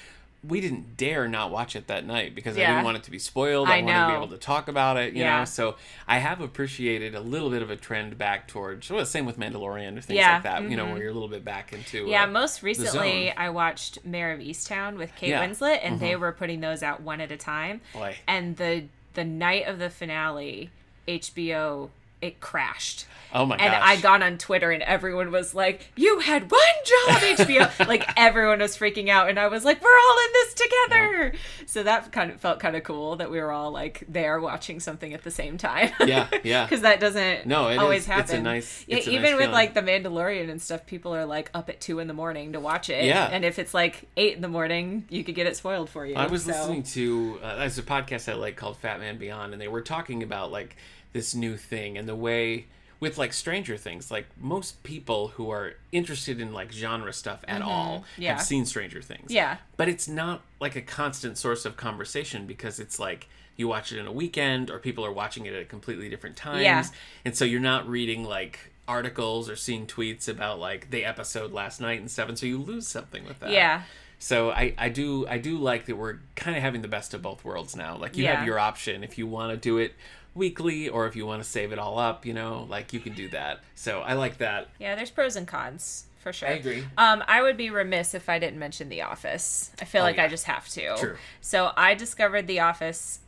S1: we didn't dare not watch it that night because I
S4: Yeah.
S1: didn't want it to be spoiled.
S4: I
S1: I, wanted to be
S4: know.
S1: able to talk about it. You
S4: Yeah.
S1: know, so I have appreciated a little bit of a trend back towards. Well, same with Mandalorian or things
S4: Yeah, Mm-hmm.
S1: like that. You know, where you're a little bit back into.
S4: Yeah,
S1: uh,
S4: most recently
S1: Zone.
S4: I watched Mayor of Easttown with Kate
S1: Yeah. Mm-hmm.
S4: Winslet, and they were putting those out one at a time.
S1: Boy.
S4: And the the night of the finale, HBO it crashed.
S1: Oh my
S4: and
S1: gosh!
S4: I got on Twitter and everyone was like, "You had one job, HBO!" like everyone was freaking out, and I was like, "We're all in this together." So that kind of felt kind of cool that we were all like there watching something at the same time.
S1: Yeah, yeah.
S4: Because that doesn't
S1: No, it
S4: always
S1: is-
S4: happen.
S1: it's a nice-
S4: Yeah,
S1: it's a
S4: even
S1: nice
S4: with
S1: feeling.
S4: like The Mandalorian and stuff, people are like up at two in the morning to watch it.
S1: Yeah.
S4: and if it's like eight in the morning, you could get it spoiled for you.
S1: I was
S4: so-
S1: listening to uh, there's a podcast I like called Fat Man Beyond, and they were talking about like this new thing and the way with like Stranger Things, like most people who are interested in like genre stuff at all
S4: Mm-hmm. Yeah.
S1: have seen Stranger Things.
S4: Yeah.
S1: but it's not like a constant source of conversation because it's like you watch it in a weekend or people are watching it at completely different times
S4: Yeah.
S1: and so you're not reading like articles or seeing tweets about like the episode last night and stuff and so you lose something with that
S4: Yeah.
S1: so I, I do I do like that we're kind of having the best of both worlds now. Like you
S4: Yeah.
S1: have your option if you want to do it weekly or if you want to save it all up, you know, like you can do that. So I like that.
S4: Yeah, there's pros and cons for sure.
S1: I agree.
S4: Um, I would be remiss if I didn't mention The Office. I feel like I
S1: Oh, yeah.
S4: just have to.
S1: True.
S4: So I discovered The Office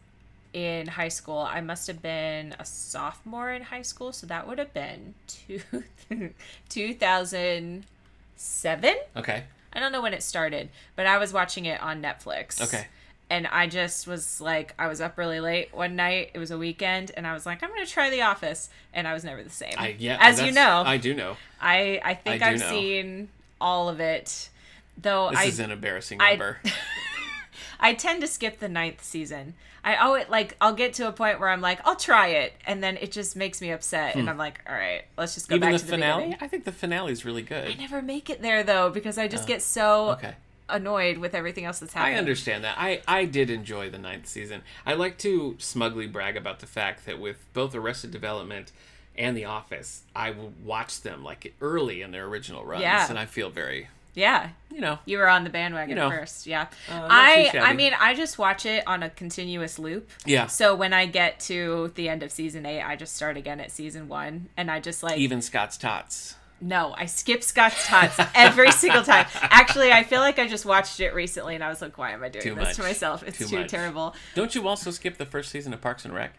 S4: in high school. I must have been a sophomore in high school, so that would have been two, 2007.
S1: Okay.
S4: I don't know when it started, but I was watching it on Netflix.
S1: Okay.
S4: And I just was like, I was up really late one night. It was a weekend, and I was like, I'm going to try The Office, and I was never the same.
S1: I yeah.
S4: as you
S1: that's-
S4: know,
S1: I do know.
S4: I I think
S1: I do
S4: I've
S1: know.
S4: seen all of it, though
S1: This
S4: I
S1: is an embarrassing
S4: I-
S1: number.
S4: I tend to skip the ninth season. I owe it like I'll get to a point where I'm like I'll try it, and then it just makes me upset, and I'm like, all right, let's just go
S1: Hmm. Even
S4: back
S1: the
S4: to the
S1: finale.
S4: beginning.
S1: I think the finale is really good.
S4: I never make it there though because I just get so
S1: Oh, Okay.
S4: annoyed with everything else that's
S1: I
S4: happening.
S1: understand that. I, I did enjoy the ninth season. I like to smugly brag about the fact that with both Arrested Development and The Office, I w- watched them like early in their original runs,
S4: Yeah.
S1: and I feel very,
S4: Yeah,
S1: you know,
S4: you were on the bandwagon
S1: You know, Uh,
S4: first. Yeah,
S1: not
S4: I
S1: too shabby.
S4: I mean I just watch it on a continuous loop.
S1: yeah,
S4: So when I get to the end of season eight, I just start again at season one, and I just like
S1: even Scott's tots.
S4: No, I skip Scott's Tots every single time. Actually, I feel like I just watched it recently and I was like, why am I doing
S1: Too
S4: this
S1: much.
S4: to myself? It's too,
S1: Too much.
S4: terrible.
S1: Don't you also skip the first season of Parks and Rec?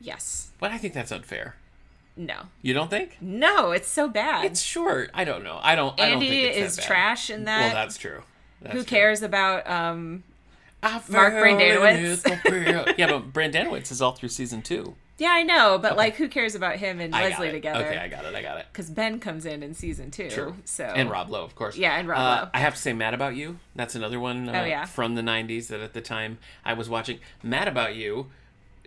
S4: Yes.
S1: But I think that's unfair.
S4: No.
S1: You don't think?
S4: No, it's so bad.
S1: It's short. I don't know. I don't. I don't
S4: Andy
S1: think it's that
S4: is
S1: bad.
S4: trash in that.
S1: Well, that's true. That's
S4: Who
S1: true.
S4: cares about um Mark Brandanowitz.
S1: yeah, but Brandanowitz is all through season two.
S4: Yeah, I know, but like, who cares about him and
S1: I got
S4: Leslie
S1: it.
S4: together?
S1: Okay, I got it. I got it.
S4: Because Ben comes in in season two.
S1: Sure.
S4: So
S1: And Rob Lowe, of course.
S4: Yeah, and Rob
S1: Uh,
S4: Lowe.
S1: I have to say, Mad About You. That's another one uh,
S4: Oh, yeah.
S1: from the 90s that at the time I was watching. Mad About You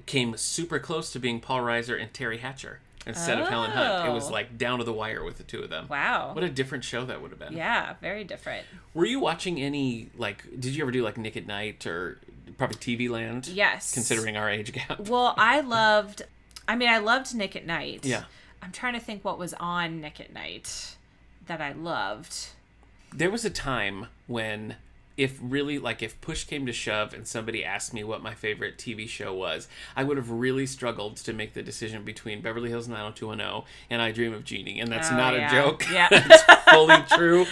S1: came super close to being Paul Reiser and Terry Hatcher instead of Helen Hunt. It was
S4: Oh.
S1: like down to the wire with the two of them.
S4: Wow.
S1: What a different show that would have been.
S4: yeah, very different.
S1: Were you watching any, like, did you ever do, like, Nick at Night or probably TV Land?
S4: Yes.
S1: Considering our age gap.
S4: Well, I loved. I mean, I loved Nick at Night.
S1: Yeah.
S4: I'm trying to think what was on Nick at Night that I loved.
S1: there was a time when if really like if push came to shove and somebody asked me what my favorite TV show was, I would have really struggled to make the decision between Beverly Hills 90210 and I Dream of Jeannie, and that's
S4: Oh,
S1: not a
S4: yeah.
S1: joke.
S4: Yeah.
S1: that's fully true.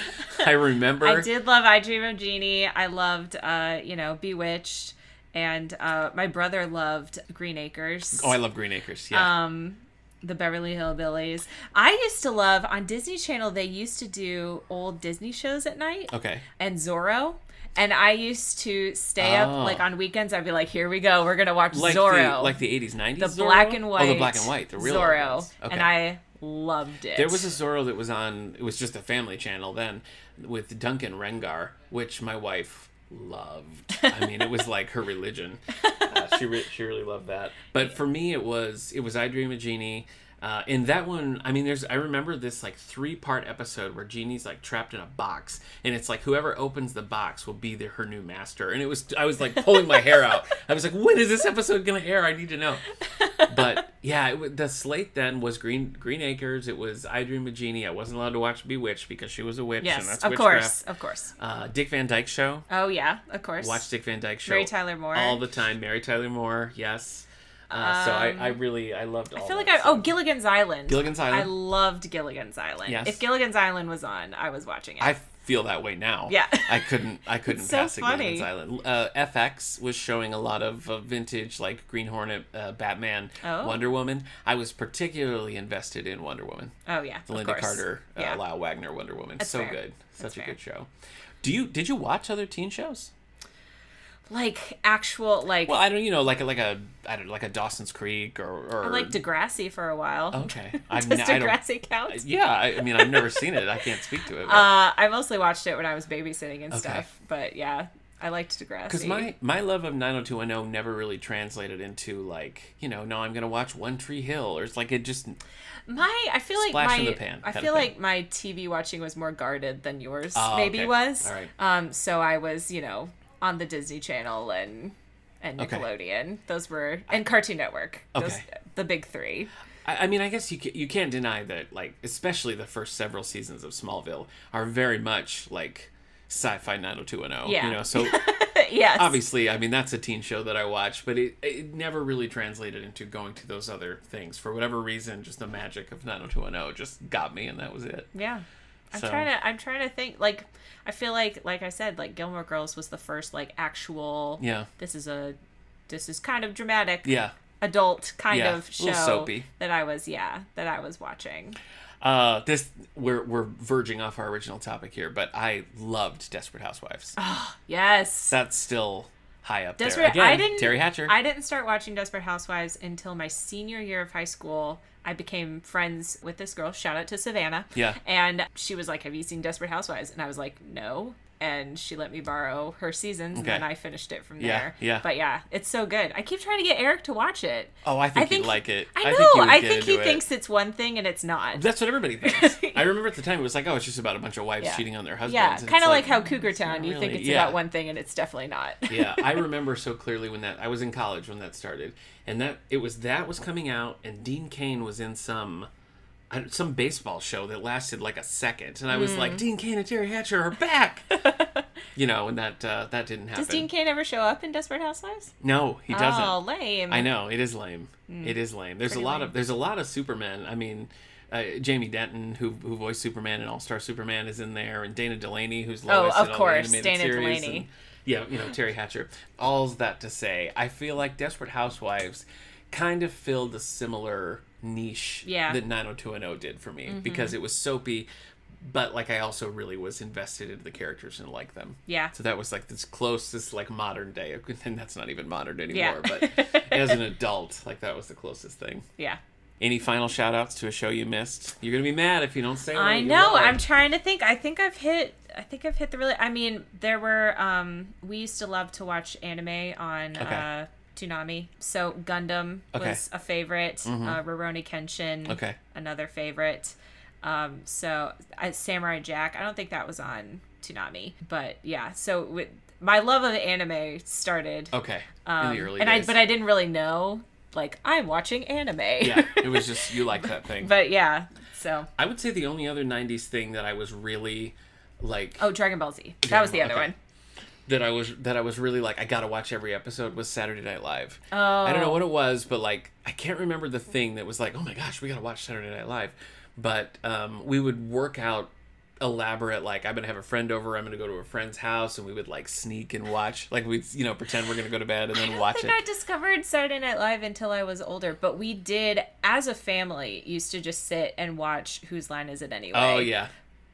S1: I remember.
S4: I did love I Dream of Jeannie. I loved, uh, you know, Bewitched, and uh, my brother loved Green Acres.
S1: Oh, I love Green Acres. Yeah.
S4: um the Beverly Hillbillies. I used to love on Disney Channel they used to do old Disney shows at night
S1: okay.
S4: and Zorro and I used to stay
S1: Oh.
S4: up like on weekends I'd be like here we go we're going to watch
S1: Like
S4: Zorro.
S1: the like the 80s 90s
S4: the
S1: Zorro?
S4: black and white.
S1: Oh, the black and white, the real old
S4: Zorro.
S1: ones. Okay.
S4: And I loved it.
S1: There was a Zorro that was on. It was just a family channel then, with Duncan Rengar, which my wife loved. I mean, it was like her religion. Uh, she re- she really loved that. But for me, it was it was I Dream of Genie. Uh, in that one, I mean, there's I remember this like three part episode where Genie's like trapped in a box, and it's like whoever opens the box will be the, her new master. And it was I was like pulling my hair out. I was like, when is this episode gonna air? I need to know but yeah, it, wa- the slate then was Green Green Acres. It was I Dream of Jeannie. I wasn't allowed to watch Bewitched because she was a witch, and
S4: Yes,
S1: that's
S4: of
S1: witchcraft.
S4: course. Of course.
S1: Uh, Dick Van Dyke Show.
S4: Oh yeah, of course.
S1: Watch Dick Van Dyke Show.
S4: Mary Tyler Moore.
S1: all the time. Mary Tyler Moore. Yes. Uh, so I, I really I loved. All
S4: Um, I feel like I
S1: that
S4: oh
S1: stuff.
S4: Gilligan's Island.
S1: Gilligan's
S4: I
S1: Island.
S4: loved Gilligan's Island.
S1: Yes.
S4: If Gilligan's Island was on, I was watching it.
S1: I feel that way now.
S4: Yeah.
S1: I couldn't. I couldn't
S4: It's so
S1: pass
S4: funny.
S1: Gilligan's Island. Uh, FX was showing a lot of uh, vintage like Green Hornet, uh, Batman,
S4: Oh.
S1: Wonder Woman. I was particularly invested in Wonder Woman.
S4: oh yeah.
S1: The
S4: of
S1: Linda
S4: course.
S1: Carter, uh,
S4: Yeah.
S1: Lyle Wagner, Wonder Woman. so
S4: fair.
S1: good, such
S4: That's
S1: a
S4: fair.
S1: good show. Do you did you watch other teen shows?
S4: like actual like
S1: Well, I don't, you know, like a like a I don't know, like a Dawson's Creek or or
S4: I liked Degrassi for a while.
S1: okay. I've
S4: Does
S1: n- I don't, uh,
S4: Degrassi count?
S1: yeah, I, I mean, I've never seen it. I can't speak to it. but-
S4: Uh, I mostly watched it when I was babysitting and
S1: Okay.
S4: stuff, but yeah, I liked Degrassi.
S1: because my my love of 90210 never really translated into like you know now i'm gonna watch one tree hill or it's like it just
S4: my I feel like
S1: Splash
S4: my
S1: in the pan
S4: I
S1: kind of
S4: feel
S1: thing.
S4: like my TV watching was more guarded than yours
S1: Oh,
S4: maybe
S1: okay.
S4: was.
S1: All right.
S4: Um, so I was you know on the Disney Channel and and
S1: Okay.
S4: Nickelodeon. Those were and Cartoon Network. Those,
S1: Okay.
S4: The big three.
S1: I, I mean, I guess you ca- you can't deny that, like, especially the first several seasons of Smallville are very much like sci-fi 90210.
S4: Yeah.
S1: You know, so
S4: yes.
S1: obviously, I mean, that's a teen show that I watched, but it it never really translated into going to those other things for whatever reason. Just the magic of 90210 just got me, and that was it.
S4: Yeah. I'm
S1: So-
S4: trying to I'm trying to think like I feel like like I said like Gilmore Girls was the first like actual
S1: Yeah.
S4: this is a this is kind of dramatic
S1: Yeah.
S4: adult kind
S1: Yeah,
S4: of
S1: a
S4: show
S1: little soapy.
S4: that I was yeah that I was watching.
S1: Uh, this we're we're verging off our original topic here, but I loved Desperate Housewives.
S4: Yes.
S1: That's still high up
S4: Ah. Desperate
S1: there. Again,
S4: I didn't
S1: Terry Hatcher.
S4: I didn't start watching Desperate Housewives until my senior year of high school. I became friends with this girl. Shout out to Savannah.
S1: Yeah.
S4: And she was like, "Have you seen Desperate Housewives?" And I was like, "No." And she let me borrow her seasons, and
S1: Okay.
S4: then I finished it from
S1: Yeah,
S4: there.
S1: yeah.
S4: But yeah, it's so good. I keep trying to get Eric to watch it.
S1: oh, I think,
S4: think-
S1: you'd like it.
S4: I know. I
S1: you would
S4: think,
S1: get
S4: he
S1: into it.
S4: thinks it's one thing, and it's not.
S1: That's what everybody thinks. I remember at the time it was like, oh, it's just about a bunch of wives
S4: Yeah.
S1: cheating on their husbands.
S4: yeah,
S1: And
S4: kind
S1: it's
S4: of like, how Cougar Town.
S1: not
S4: You think
S1: really-
S4: it's
S1: yeah.
S4: about one thing, and it's definitely not.
S1: yeah, I remember so clearly when that I was in college when that started, and that it was that was coming out, and Dean Kane was in some I don't- some baseball show that lasted like a second, and I was
S4: Hmm.
S1: like, Dean Kane and Terry Hatcher are back, you know, and that uh, that didn't happen.
S4: Does Dean Kane ever show up in Desperate Housewives?
S1: no, he doesn't.
S4: Oh, lame.
S1: I know it is lame.
S4: Mm.
S1: It is lame. There's a lot of there's a lot of Superman. I mean, uh, Jamie Denton, who who voiced Superman and All Star Superman, is in there, and Dana Delaney, who's Lois
S4: Oh, of
S1: in all the
S4: course,
S1: animated
S4: Dana
S1: series,
S4: Delany.
S1: and- yeah, you know Terry Hatcher. All's that to say, I feel like Desperate Housewives kind of filled a similar niche oh
S4: Yeah. Mm-hmm.
S1: that 90210 did for me because it was soapy. but like I also really was invested into the characters and liked them.
S4: Yeah.
S1: So that was like this closest like modern day, and that's not even modern
S4: Yeah.
S1: anymore. But as an adult, like that was the closest thing.
S4: Yeah.
S1: Any final shout outs to a show you missed? You're gonna be mad if you don't say. one
S4: I
S1: you
S4: know.
S1: love.
S4: I'm trying to think. I think I've hit. I think I've hit the really. I mean, there were. Um, we used to love to watch anime on
S1: Okay.
S4: uh, Toonami. So Gundam
S1: Okay. Mm-hmm.
S4: was a favorite. Uh, Rurouni Kenshin.
S1: Okay.
S4: Another favorite. Um, so I, Samurai Jack. I don't think that was on Toonami, but yeah. So with, my love of anime started.
S1: Okay.
S4: um,
S1: in the early
S4: and
S1: days.
S4: I but I didn't really know like I'm watching anime.
S1: yeah, it was just you like that thing.
S4: but yeah. So
S1: I would say the only other '90s thing that I was really like
S4: oh, Dragon Ball Z. That
S1: Dragon
S4: was the
S1: Ball-
S4: other
S1: okay.
S4: one.
S1: that I was that I was really like I gotta watch every episode was Saturday Night Live.
S4: Oh.
S1: I don't know what it was, but like I can't remember the thing that was like, oh my gosh, we gotta watch Saturday Night Live. But um, we would work out elaborate like I'm gonna have a friend over, I'm gonna go to a friend's house, and we would like sneak and watch, like we'd you know pretend we're gonna go to bed and then watch
S4: I
S1: it.
S4: think I discovered Saturday Night Live until I was older, but we did, as a family, used to just sit and watch Whose Line Is It Anyway?
S1: Oh yeah,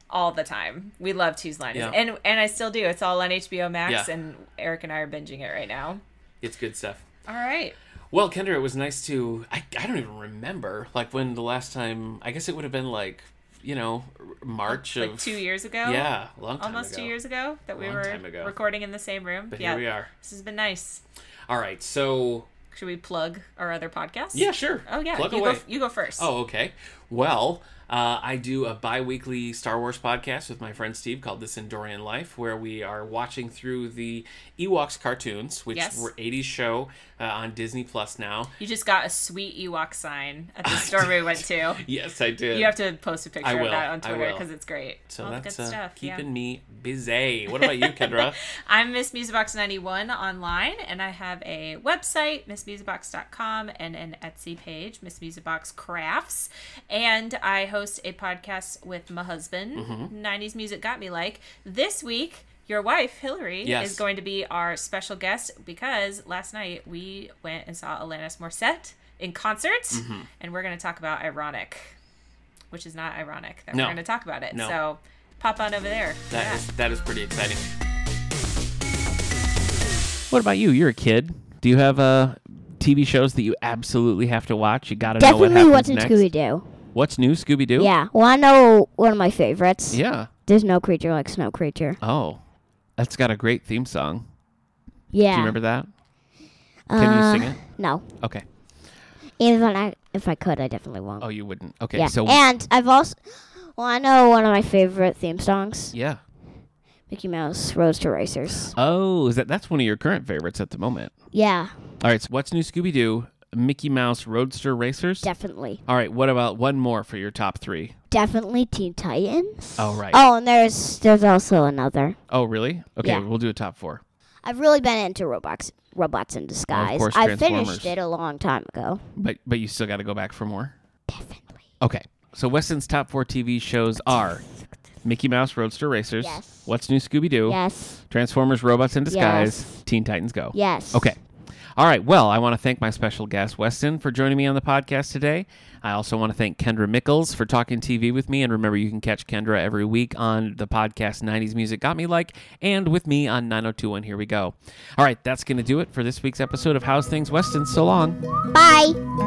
S4: all the time. We loved Whose Line Is
S1: Yeah.
S4: It, and and I still do. It's all on HBO Max,
S1: Yeah.
S4: and Eric and I are binging it right now.
S1: it's good stuff.
S4: All right,
S1: Well, Kendra, it was nice to. I, I don't even remember like when the last time. I guess it would have been like you know March of
S4: like two years ago,
S1: Yeah, a long time
S4: almost two
S1: ago.
S4: years ago that we
S1: Long
S4: were
S1: time ago.
S4: recording in the same room.
S1: But
S4: yeah,
S1: here we are.
S4: This has been nice.
S1: All right, so
S4: Should we plug our other podcast?
S1: yeah, sure.
S4: Oh yeah,
S1: plug
S4: you
S1: away.
S4: go. You go first.
S1: Oh, okay. Well, uh, I do a bi weekly Star Wars podcast with my friend Steve called This Endorian Life, where we are watching through the Ewoks cartoons, which
S4: Yes.
S1: were 80s show uh, on Disney Plus now.
S4: you just got a sweet Ewok sign at the store we went to.
S1: Yes, I did.
S4: You have to post a picture
S1: will.
S4: of that on
S1: I
S4: Twitter
S1: will.
S4: because it's great.
S1: so
S4: All the
S1: that's
S4: good
S1: uh,
S4: stuff.
S1: keeping
S4: yeah.
S1: me busy. What about you, Kendra?
S4: I'm Miss Musicbox91 online, and I have a website, missmusicbox.com, and an Etsy page, Miss Musicbox Crafts. And I host a podcast with my husband,
S1: Mm-hmm.
S4: 90s Music Got Me Like. This week, your wife, Hillary,
S1: Yes.
S4: is going to be our special guest because last night we went and saw Alanis Morissette in concert,
S1: Mm-hmm.
S4: and we're going to talk about Ironic, which is not ironic that
S1: No.
S4: we're going to talk about it.
S1: No.
S4: So pop on over there. for
S1: That is that is pretty exciting. What about you? You're a kid. Do you have uh, TV shows that you absolutely have to watch? You got to
S2: Definitely watching Scooby Doo.
S1: What's new, Scooby Doo?
S2: Yeah. Well, I know one of my favorites.
S1: Yeah.
S2: There's no creature like Snow Creature.
S1: Oh, that's got a great theme song.
S2: Yeah.
S1: Do
S2: Uh,
S1: you remember that? Can you sing it?
S2: No.
S1: Okay.
S2: Even if I, if I could, I definitely won't.
S1: Oh, you wouldn't. Okay.
S2: yeah.
S1: So
S2: and I've also. Well, I know one of my favorite theme songs.
S1: yeah.
S2: Mickey Mouse, Roads to Racers.
S1: Oh, is that that's one of your current favorites at the moment?
S2: Yeah,
S1: All right. So what's new, Scooby Doo? Mickey Mouse Roadster Racers.
S2: definitely.
S1: All right. What about one more for your top three?
S2: Definitely Teen Titans.
S1: Oh right.
S2: Oh, and there's there's also another.
S1: Oh, really? Okay.
S2: Yeah.
S1: We'll do a top four.
S2: I've really been into robots robots in disguise.
S1: course,
S2: I finished
S1: Transformers.
S2: it a long time ago.
S1: But but you still got to go back for more.
S2: Definitely.
S1: Okay. So Weston's top four TV shows are Mickey Mouse Roadster Racers.
S2: Yes.
S1: What's new, Scooby Doo?
S2: Yes.
S1: Transformers Robots in Disguise.
S2: Yes.
S1: Teen Titans Go.
S2: Yes.
S1: Okay. All right. Well, I want to thank my special guest, Weston, for joining me on the podcast today. I also want to thank Kendra Mickles for talking TV with me. And remember, you can catch Kendra every week on the podcast 90s Music Got Me Like and with me on 9021 Here We Go. All right. That's going to do it for this week's episode of How's Things Weston. So long.
S2: Bye.